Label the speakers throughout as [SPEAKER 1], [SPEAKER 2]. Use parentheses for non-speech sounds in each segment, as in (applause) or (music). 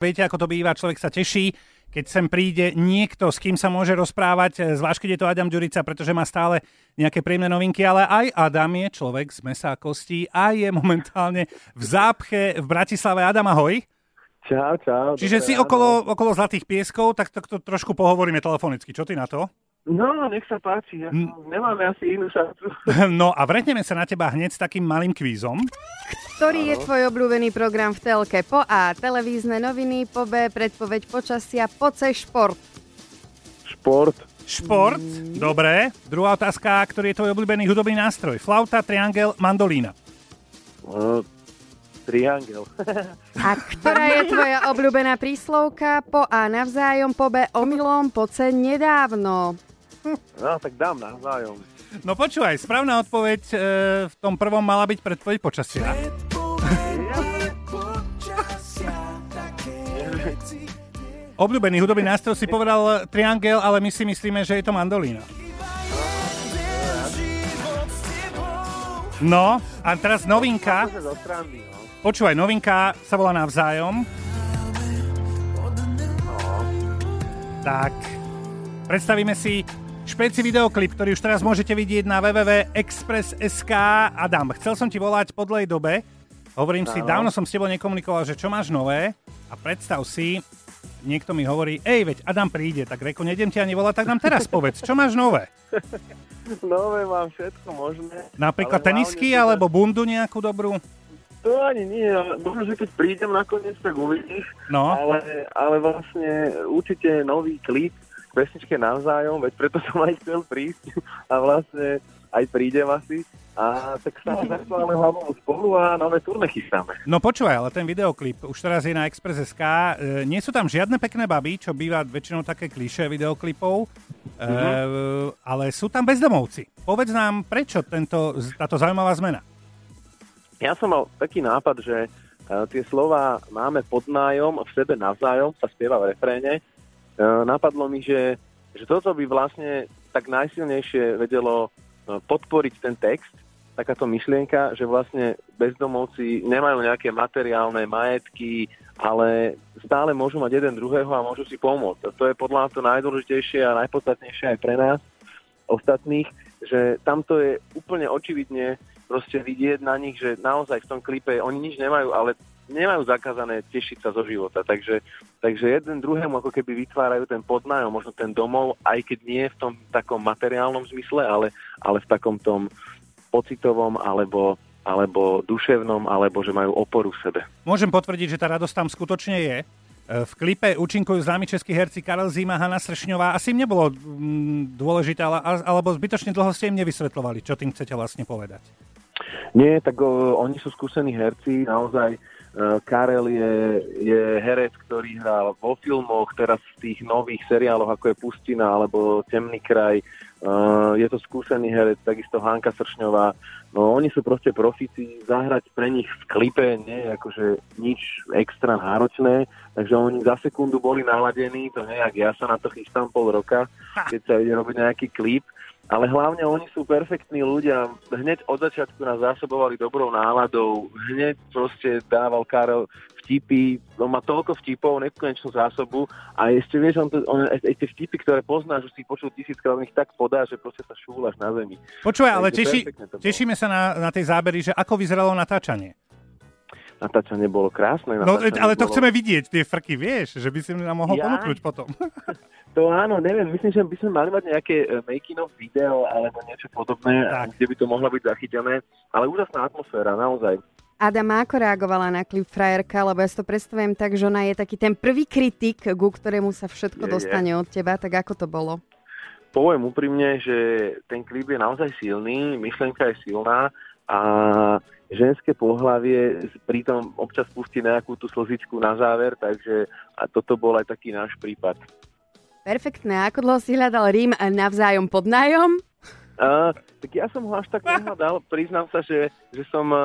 [SPEAKER 1] Viete, ako to býva, človek sa teší, keď sem príde niekto, s kým sa môže rozprávať, e, zvlášť keď je to Adam Ďurica, pretože má stále nejaké príjemné novinky, ale aj Adam je človek z mesa a kostí a je momentálne v zápche v Bratislave. Adam, ahoj.
[SPEAKER 2] Čau, čau.
[SPEAKER 1] Čiže
[SPEAKER 2] dobré
[SPEAKER 1] si
[SPEAKER 2] ráno.
[SPEAKER 1] okolo, okolo Zlatých pieskov, tak to, to trošku pohovoríme telefonicky. Čo ty na to? (laughs)
[SPEAKER 2] No, nech sa páči, ja,
[SPEAKER 1] Hm.
[SPEAKER 2] nemáme asi inú šancu. (laughs)
[SPEAKER 1] No a vretneme sa na teba hneď s takým malým kvízom.
[SPEAKER 3] Ktorý je tvoj obľúbený program v telke? Po A. Televízne noviny, po B. Predpoveď počasia, po C. Šport.
[SPEAKER 2] Šport,
[SPEAKER 1] Šport, dobre. Druhá otázka, ktorý je tvoj obľúbený hudobný nástroj? Flauta, triangel, mandolína.
[SPEAKER 2] uh, triangel, (laughs)
[SPEAKER 3] A ktorá je tvoja obľúbená príslovka? Po A. Navzájom, po B. Omylom, po C. Nedávno.
[SPEAKER 2] no tak dám navzájom.
[SPEAKER 1] No počúvaj, správna odpoveď e, v tom prvom mala byť predpoveď počasia. Obľúbený hudobný nástroj si povedal triangel, ale my si myslíme, že je to mandolína. No, a teraz novinka.
[SPEAKER 2] Akože zo strany, no.
[SPEAKER 1] Počúvaj, novinka sa volá Navzájom. Tak, predstavíme si špeci videoklip, ktorý už teraz môžete vidieť na www.express.sk. Adam, chcel som ti volať po dlhej dobe. Hovorím si, dávno som s tebou nekomunikoval, že čo máš nové. A predstav si, niekto mi hovorí, ej, veď Adam príde, tak reko, nejdem ti ani volať, tak nám teraz povedz, čo máš nové?
[SPEAKER 2] Nové mám všetko možné.
[SPEAKER 1] Napríklad
[SPEAKER 2] (laughs) ale hlavne
[SPEAKER 1] tenisky
[SPEAKER 2] teda-
[SPEAKER 1] alebo bundu nejakú dobrú?
[SPEAKER 2] To No, ani nie, ale možno, že keď prídem nakoniec, tak uvidíš.
[SPEAKER 1] No.
[SPEAKER 2] Ale, ale vlastne určite nový klip k pesničke navzájom, veď preto som aj chcel prísť a vlastne aj prídem asi. A tak sa začíname hlavou spolu a nové turné chystáme.
[SPEAKER 1] No počúvaj, ale ten videoklip už teraz je na Express.sk. E, nie sú tam žiadne pekné baby, čo býva väčšinou také klišé videoklipov, e, ale sú tam bezdomovci. Povedz nám, prečo tento, táto zaujímavá zmena?
[SPEAKER 2] Ja som mal taký nápad, že eh, tie slova máme pod nájom, v sebe navzájom, sa spieva v refréne. Eh, Napadlo mi, že, že toto by vlastne tak najsilnejšie vedelo eh, podporiť ten text, takáto myšlienka, že vlastne bezdomovci nemajú nejaké materiálne majetky, ale stále môžu mať jeden druhého a môžu si pomôcť. A to je podľa mňa to najdôležitejšie a najpodstatnejšie aj pre nás ostatných, že tamto je úplne očividne proste vidieť na nich, že naozaj v tom klipe oni nič nemajú, ale nemajú zakázané tešiť sa zo života. Takže, takže jeden druhému ako keby vytvárajú ten podnájom, možno ten domov, aj keď nie v tom takom materiálnom zmysle, ale, ale v takom tom pocitovom alebo, alebo duševnom, alebo že majú oporu v sebe.
[SPEAKER 1] Môžem potvrdiť, že tá radosť tam skutočne je. E, V klipe účinkujú známi českí herci Karel Zima, Hanna Sršňová. Asi im nebolo mm, dôležité, ale, alebo zbytočne dlho ste im nevysvetľovali, čo tým chcete vlastne povedať.
[SPEAKER 2] Nie, tak o, oni sú skúsení herci, naozaj e, Karel je, je herec, ktorý hral vo filmoch, teraz v tých nových seriáloch, ako je Pustina alebo Temný kraj. E, je to skúsený herec, takisto Hanka Sršňová. No oni sú proste profíci, zahrať pre nich v klipe nie je akože nič extra náročné, takže oni za sekundu boli naladení, to nejak ja sa na to chystám pol roka, keď sa ide robiť nejaký klip, ale hlavne oni sú perfektní ľudia. Hneď od začiatku nás zásobovali dobrou náladou. Hneď proste dával Karel vtipy. On má toľko vtipov, nekonečnú zásobu. A ešte vieš, on, to, on aj, aj tie vtipy, ktoré poznáš, už si počul tisíckrát, on ich tak podá, že proste sa šúlaš na zemi.
[SPEAKER 1] Počúvaj, ale
[SPEAKER 2] Takže
[SPEAKER 1] teší,
[SPEAKER 2] perfektné to bolo.
[SPEAKER 1] tešíme sa na, na tej zábery, že ako vyzeralo natáčanie.
[SPEAKER 2] Natáčanie bolo krásne.
[SPEAKER 1] No,
[SPEAKER 2] natáčanie
[SPEAKER 1] ale to
[SPEAKER 2] bolo...
[SPEAKER 1] chceme vidieť, tie frky, vieš, že by si nám mohol
[SPEAKER 2] Jaj.
[SPEAKER 1] ponúknuť potom.
[SPEAKER 2] To áno, neviem, myslím, že by sme mali mať nejaké eh, making of video alebo niečo podobné,
[SPEAKER 1] Tak.
[SPEAKER 2] kde by to mohlo byť zachytené. Ale úžasná atmosféra, naozaj.
[SPEAKER 3] Adama, ako reagovala na klip frajerka, lebo ja si to predstavujem tak, že ona je taký ten prvý kritik, ku ktorému sa všetko
[SPEAKER 2] Je, je.
[SPEAKER 3] dostane od teba, tak ako to bolo?
[SPEAKER 2] poviem úprimne, že ten klip je naozaj silný, myšlienka je silná a ženské pohlavie pritom občas pustí nejakú tú slzičku na záver, takže a toto bol aj taký náš prípad.
[SPEAKER 3] Perfektné. Ako dlho si hľadal Rím navzájom pod nájom?
[SPEAKER 2] A, tak ja som ho až tak nehľadal. Priznám sa, že, že som e,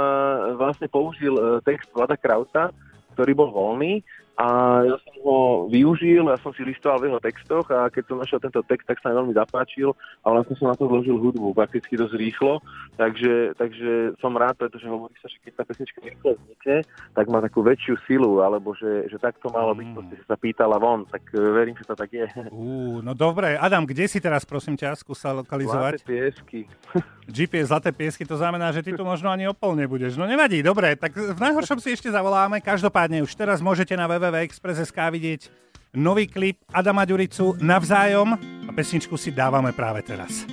[SPEAKER 2] vlastne použil e, text Vlada Krausa, ktorý bol voľný A ja som ho využil, ja som si listoval v jeho textoch a keď som našiel tento text, tak sa mi veľmi zapáčil a vlastne som na to zložil hudbu prakticky dosť rýchlo, takže, takže som rád, pretože hovorí sa, že keď tá pesnička rýchlo vznikne, tak má takú väčšiu silu, alebo že, že tak to malo byť, mm. proste sa pýtala von, tak e, verím, že to tak je.
[SPEAKER 1] Ú, no dobre, Adam, kde si teraz prosím ťa skúsa lokalizovať?
[SPEAKER 2] Zlaté piesky.
[SPEAKER 1] GPS Zlaté piesky, to znamená, že ty tu možno ani o pol nebudeš. No nevadí, dobre, tak v najhoršom si ešte zavoláme, každopádne už teraz môžete na web www.express.sk vidieť nový klip Adama Ďuricu navzájom a pesničku si dávame práve teraz.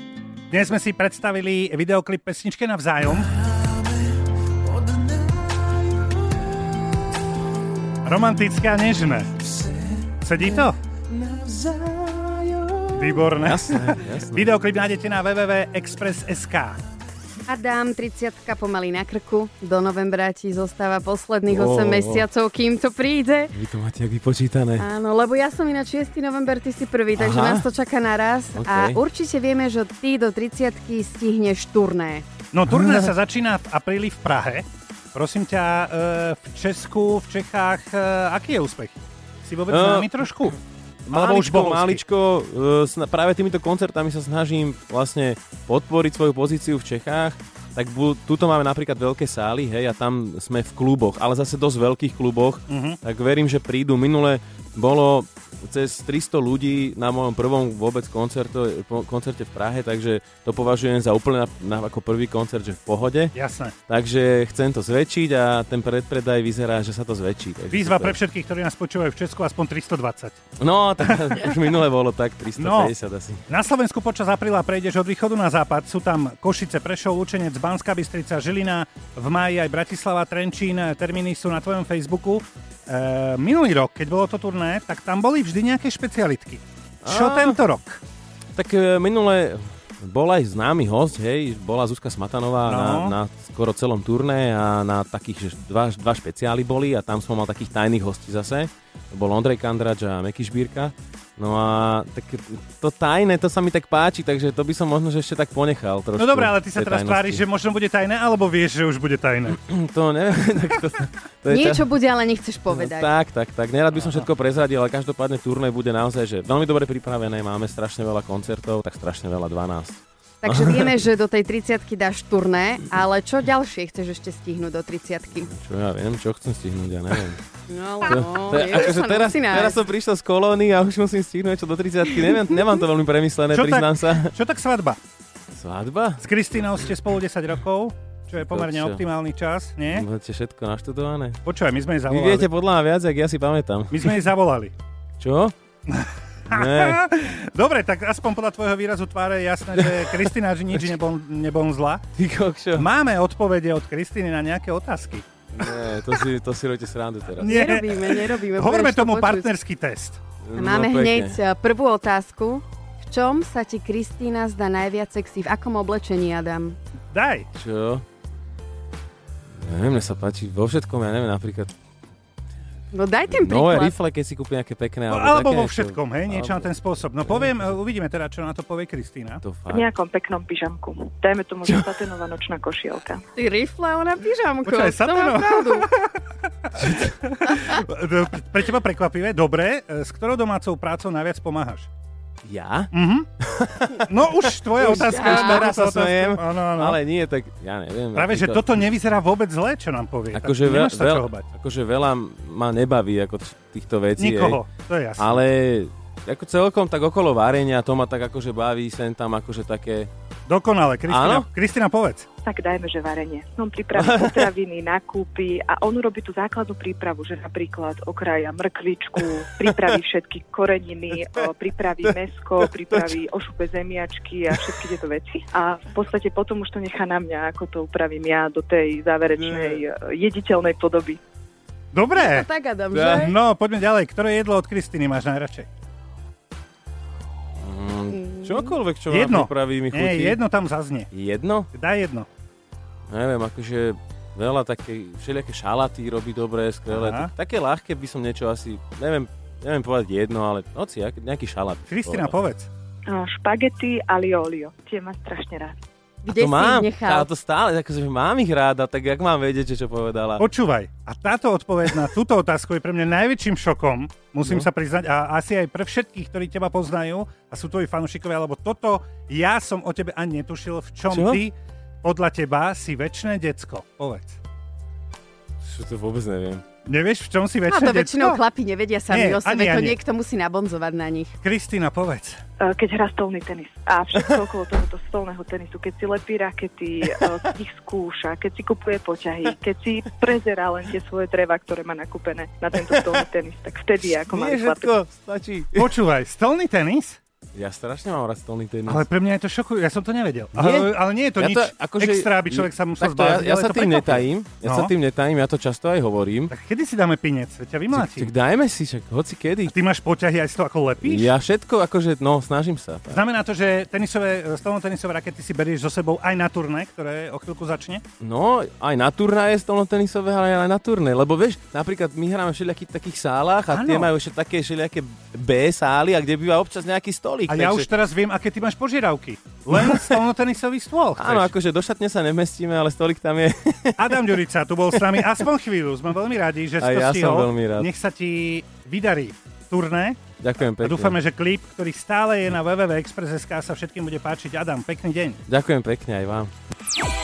[SPEAKER 1] Dnes sme si predstavili videoklip pesničke navzájom. Romantické a nežné. Sedí to? Výborné.
[SPEAKER 4] (laughs) Jasné, jasné.
[SPEAKER 1] Videoklip nájdete na www.express.sk.
[SPEAKER 3] A dám 30 pomaly na krku. Do novembra ti zostáva posledných 8
[SPEAKER 4] Ó.
[SPEAKER 3] mesiacov, kým to príde.
[SPEAKER 4] Vy to máte jak vypočítané.
[SPEAKER 3] Áno, lebo ja som ináč 6. november, ty si prvý, takže
[SPEAKER 4] Aha.
[SPEAKER 3] nás to čaká naraz.
[SPEAKER 4] OK.
[SPEAKER 3] A určite vieme, že ty do 30 stihneš turné.
[SPEAKER 1] No turné sa začína v apríli v Prahe. Prosím ťa, e, v Česku, v Čechách, e, aký je úspech? Si vôbec
[SPEAKER 4] E,
[SPEAKER 1] známy trošku?
[SPEAKER 4] Alebo už bol
[SPEAKER 1] bohovský.
[SPEAKER 4] maličko, e, sna- práve týmito koncertami sa snažím vlastne podporiť svoju pozíciu v Čechách. Tak bu, tuto máme napríklad veľké sály, hej, a tam sme v kluboch, ale zase dosť veľkých kluboch.
[SPEAKER 1] Mhm.
[SPEAKER 4] Tak verím, že prídu. Minule bolo cez 300 ľudí na mojom prvom vôbec koncerte, po- koncerte v Prahe, takže to považujem za úplne na, na, ako prvý koncert, že v pohode.
[SPEAKER 1] Jasné.
[SPEAKER 4] Takže chcem to zväčšiť a ten predpredaj vyzerá, že sa to zväčší. Takže
[SPEAKER 1] Výzva
[SPEAKER 4] super.
[SPEAKER 1] pre všetkých, ktorí nás počúvajú v Česku, aspoň 320.
[SPEAKER 4] No, tak už minule bolo tak 350
[SPEAKER 1] No.
[SPEAKER 4] asi.
[SPEAKER 1] Na Slovensku počas apríla prejdeš od východu na západ. Sú tam Košice, Prešov, Lučenec, Banská Bystrica, Žilina, v máji aj Bratislava, Trenčín. Termíny sú na tvojom Facebooku. E, minulý rok, keď bolo to turné, tak tam boli vždy nejaké špecialitky. Čo
[SPEAKER 4] Á.
[SPEAKER 1] tento rok?
[SPEAKER 4] Tak e, minule bol aj známy host, hej, bola Zuzka Smatanová
[SPEAKER 1] No.
[SPEAKER 4] no. na, na skoro celom turné a na takých, že dva, dva špeciály boli a tam som mal takých tajných hostí zase. To Bol Ondrej Kandrač a Meky Šbírka. No a tak to tajné, to sa mi tak páči, takže to by som možno že ešte tak ponechal trošku.
[SPEAKER 1] No dobré, ale ty sa
[SPEAKER 4] tej
[SPEAKER 1] teraz
[SPEAKER 4] tajnosti.
[SPEAKER 1] tváriš, že možno bude tajné, alebo vieš, že už bude
[SPEAKER 4] (laughs)
[SPEAKER 1] tajné.
[SPEAKER 4] To neviem, tak to, to je No,
[SPEAKER 3] Niečo bude, ale nechceš povedať.
[SPEAKER 4] Tak, tak, tak. Nerad by som všetko prezradil, ale každopádne turné bude naozaj že veľmi dobre pripravené. Máme strašne veľa koncertov, tak strašne veľa 12. (laughs)
[SPEAKER 3] Takže vieme, že do tej 30 dáš turné, ale čo ďalšie chceš ešte stihnúť do 30
[SPEAKER 4] Čo ja viem, čo chcem stihnúť, ja
[SPEAKER 3] (laughs)
[SPEAKER 4] neviem.
[SPEAKER 3] No,
[SPEAKER 4] To,
[SPEAKER 3] no,
[SPEAKER 4] to je, akože teraz, teraz som prišiel z kolóny a už musím stihnúť čo do 30 neviem, Nemám to veľmi premyslené,
[SPEAKER 1] Čo tak?
[SPEAKER 4] priznám sa. (laughs)
[SPEAKER 1] Čo tak svadba?
[SPEAKER 4] Svadba?
[SPEAKER 1] S Kristínou ste spolu 10 rokov, čo je pomerne
[SPEAKER 4] Čo?
[SPEAKER 1] optimálny čas, nie?
[SPEAKER 4] Máte všetko naštudované?
[SPEAKER 1] Počúvaj, my sme jej
[SPEAKER 4] Vy
[SPEAKER 1] zavolali.
[SPEAKER 4] viete podľa mňa viac, jak ja si pamätám.
[SPEAKER 1] My sme jej zavolali.
[SPEAKER 4] Čo?
[SPEAKER 1] (laughs)
[SPEAKER 4] Ne,
[SPEAKER 1] Dobre, tak aspoň podľa tvojho výrazu tváre je jasné,
[SPEAKER 4] (laughs)
[SPEAKER 1] že Kristina že nič nebol, nebonzla.
[SPEAKER 4] ty kokšo.
[SPEAKER 1] Máme odpovede od Kristiny na nejaké otázky.
[SPEAKER 4] Ne, to si, to si robíte srandu teraz.
[SPEAKER 3] Nerobíme, nerobíme.
[SPEAKER 1] Hovoríme
[SPEAKER 3] budeš to
[SPEAKER 1] tomu
[SPEAKER 3] počuť.
[SPEAKER 1] partnerský test.
[SPEAKER 4] No,
[SPEAKER 3] Máme
[SPEAKER 4] pekne.
[SPEAKER 3] hneď eh, prvú otázku. V čom sa ti Kristýna zdá najviac sexy? V akom oblečení, Adam?
[SPEAKER 1] Daj.
[SPEAKER 4] Čo? Neviem, mne sa páči vo všetkom, ja neviem, napríklad
[SPEAKER 3] No daj ten
[SPEAKER 4] nové
[SPEAKER 3] príklad.
[SPEAKER 4] rifle, keď si kúpi nejaké pekné.
[SPEAKER 1] No,
[SPEAKER 4] Alebo,
[SPEAKER 1] alebo
[SPEAKER 4] také,
[SPEAKER 1] vo
[SPEAKER 4] čo-
[SPEAKER 1] všetkom, hej, niečo na ten spôsob. No poviem, e, uvidíme teda, čo na to povie Kristína.
[SPEAKER 4] To
[SPEAKER 5] v
[SPEAKER 4] fakt.
[SPEAKER 5] nejakom peknom pyžamku. Dajme tomu, že saténová nočná košielka.
[SPEAKER 3] Ty rifle, ona pyžamko.
[SPEAKER 1] Počkaj,
[SPEAKER 3] to má
[SPEAKER 1] satano. (laughs)
[SPEAKER 3] pravdu.
[SPEAKER 1] Pre teba prekvapivé, dobre, e, s ktorou domácou prácou najviac pomáhaš?
[SPEAKER 4] Ja?
[SPEAKER 1] Mhm. No
[SPEAKER 4] (laughs)
[SPEAKER 1] už tvoja
[SPEAKER 4] Už-
[SPEAKER 1] otázka.
[SPEAKER 4] už
[SPEAKER 1] už
[SPEAKER 4] na
[SPEAKER 1] teraz
[SPEAKER 4] to
[SPEAKER 1] otázka.
[SPEAKER 4] smejem,
[SPEAKER 1] Áno, áno.
[SPEAKER 4] Ale nie, tak ja neviem.
[SPEAKER 1] No. Práve, že
[SPEAKER 4] napríklad-
[SPEAKER 1] toto nevyzerá vôbec zle, čo nám povie.
[SPEAKER 4] Akože,
[SPEAKER 1] tak
[SPEAKER 4] veľ,
[SPEAKER 1] nemáš sa
[SPEAKER 4] veľ,
[SPEAKER 1] čoho bať.
[SPEAKER 4] akože veľa ma nebaví ako t- týchto vecí.
[SPEAKER 1] Nikoho,
[SPEAKER 4] Hej.
[SPEAKER 1] to je jasné.
[SPEAKER 4] Ale ako celkom tak okolo varenia to ma tak akože baví, sem tam akože také...
[SPEAKER 1] Dokonale, Kristina,
[SPEAKER 4] Áno?
[SPEAKER 1] Kristina, povedz.
[SPEAKER 5] Tak dajme, že varenie. On pripraví potraviny, nakúpi a on urobí tú základnú prípravu, že napríklad okraja mrkvičku, pripraví všetky koreniny, o, pripraví mesko, pripraví ošupe zemiačky a všetky tieto veci. A v podstate potom už to nechá na mňa, ako to upravím ja do tej záverečnej e, jediteľnej podoby.
[SPEAKER 1] Dobre.
[SPEAKER 3] Tak, Adam,
[SPEAKER 4] Ja.
[SPEAKER 3] že?
[SPEAKER 1] No, poďme ďalej. Ktoré jedlo od Kristiny máš najradšej?
[SPEAKER 4] Mm, čokoľvek, čo
[SPEAKER 1] Jedno.
[SPEAKER 4] ma pripraví, mi chutí.
[SPEAKER 1] Nie, jedno tam zaznie.
[SPEAKER 4] Jedno?
[SPEAKER 1] Daj jedno.
[SPEAKER 4] Neviem, akože veľa také, všelijaké šalaty robí dobré, skvelé.
[SPEAKER 1] Aha.
[SPEAKER 4] Tak, také ľahké by som niečo asi, neviem, neviem povedať jedno, ale hoci, ak- nejaký šalát. by som
[SPEAKER 1] Kristina,
[SPEAKER 4] povedal.
[SPEAKER 1] povedz.
[SPEAKER 5] A Špagety aliolio. Tie má strašne rád.
[SPEAKER 3] Kde
[SPEAKER 4] a to
[SPEAKER 3] si
[SPEAKER 4] mám,
[SPEAKER 3] ich nechal?
[SPEAKER 4] A to stále, akože mám ich ráda, tak jak mám vedieť, že čo povedala?
[SPEAKER 1] Počúvaj, a táto odpoveď na
[SPEAKER 4] (laughs)
[SPEAKER 1] túto otázku je pre mňa najväčším šokom, musím no. sa priznať, a asi aj pre všetkých, ktorí teba poznajú a sú tvoji fanúšikovia, lebo toto ja som o tebe ani netušil, v čom
[SPEAKER 4] Čo?
[SPEAKER 1] ty podľa teba si väčšie decko. Povedz.
[SPEAKER 4] Čo to vôbec neviem.
[SPEAKER 1] Nevieš, v čom si
[SPEAKER 3] No
[SPEAKER 1] väčšie
[SPEAKER 3] to
[SPEAKER 1] decko?
[SPEAKER 3] väčšinou chlapi nevedia sami
[SPEAKER 1] Nie,
[SPEAKER 3] o sebe,
[SPEAKER 1] ani ja
[SPEAKER 3] to
[SPEAKER 1] nie.
[SPEAKER 3] niekto musí nabonzovať na nich.
[SPEAKER 1] Kristýna, povedz.
[SPEAKER 5] E, keď hrá stolný tenis. A všetko okolo tohoto stolného tenisu, keď si lepí rakety, e, keď ich skúša, keď si kupuje poťahy, keď si prezerá len tie svoje dreva, ktoré má nakúpené na tento stolný tenis, tak vtedy je ako malý
[SPEAKER 4] Nie,
[SPEAKER 5] chlapec.
[SPEAKER 4] všetko, stačí.
[SPEAKER 1] Počúvaj, stolný tenis?
[SPEAKER 4] Ja strašne mám rád stolný tenis.
[SPEAKER 1] Ale pre mňa je to šokujúce, ja som to nevedel.
[SPEAKER 4] Nie?
[SPEAKER 1] Ale, ale nie je to
[SPEAKER 4] ja akože-
[SPEAKER 1] nič extra, aby človek sa musel
[SPEAKER 4] Takto ja,
[SPEAKER 1] zbláziť,
[SPEAKER 4] ja
[SPEAKER 1] ale
[SPEAKER 4] sa
[SPEAKER 1] to
[SPEAKER 4] tým
[SPEAKER 1] prekvapuje.
[SPEAKER 4] netajím, ja
[SPEAKER 1] No.
[SPEAKER 4] sa tým netajím, ja to často aj hovorím.
[SPEAKER 1] Tak kedy si dáme pinec? Veď ťa
[SPEAKER 4] Tak,
[SPEAKER 1] vymlátim.
[SPEAKER 4] tak dajme si, však hoci kedy.
[SPEAKER 1] Ty máš poťahy aj z toho, ako lepíš?
[SPEAKER 4] Ja všetko, akože, no, snažím sa. Tak.
[SPEAKER 1] Znamená to, že tenisové, e, stolnotenisové rakety si berieš so sebou aj na turné, ktoré o chvíľku začne?
[SPEAKER 4] No, aj na turnaje stolnotenisové, ale aj na turné. Lebo vieš, napríklad my hráme v všelijakých takých sálach a
[SPEAKER 1] Áno.
[SPEAKER 4] tie majú ešte také všelijaké B sály a kde býva občas nejaký stolík.
[SPEAKER 1] A ja
[SPEAKER 4] takže-
[SPEAKER 1] už teraz viem, aké ty máš požiadavky.
[SPEAKER 4] (laughs)
[SPEAKER 1] Len stolnotenisový stôl chceš.
[SPEAKER 4] Áno, akože do šatne sa nemestíme, ale stolik tam je. (laughs)
[SPEAKER 1] Adam Ďurica tu bol s nami aspoň chvíľu. Sme veľmi radi, že si
[SPEAKER 4] Aj
[SPEAKER 1] to
[SPEAKER 4] ja som
[SPEAKER 1] stihol.
[SPEAKER 4] veľmi rád.
[SPEAKER 1] Nech sa ti vydarí turné.
[SPEAKER 4] Ďakujem
[SPEAKER 1] A
[SPEAKER 4] pekne.
[SPEAKER 1] dúfame, že klip, ktorý stále je na www.express.sk sa všetkým bude páčiť. Adam, pekný deň.
[SPEAKER 4] Ďakujem pekne aj vám.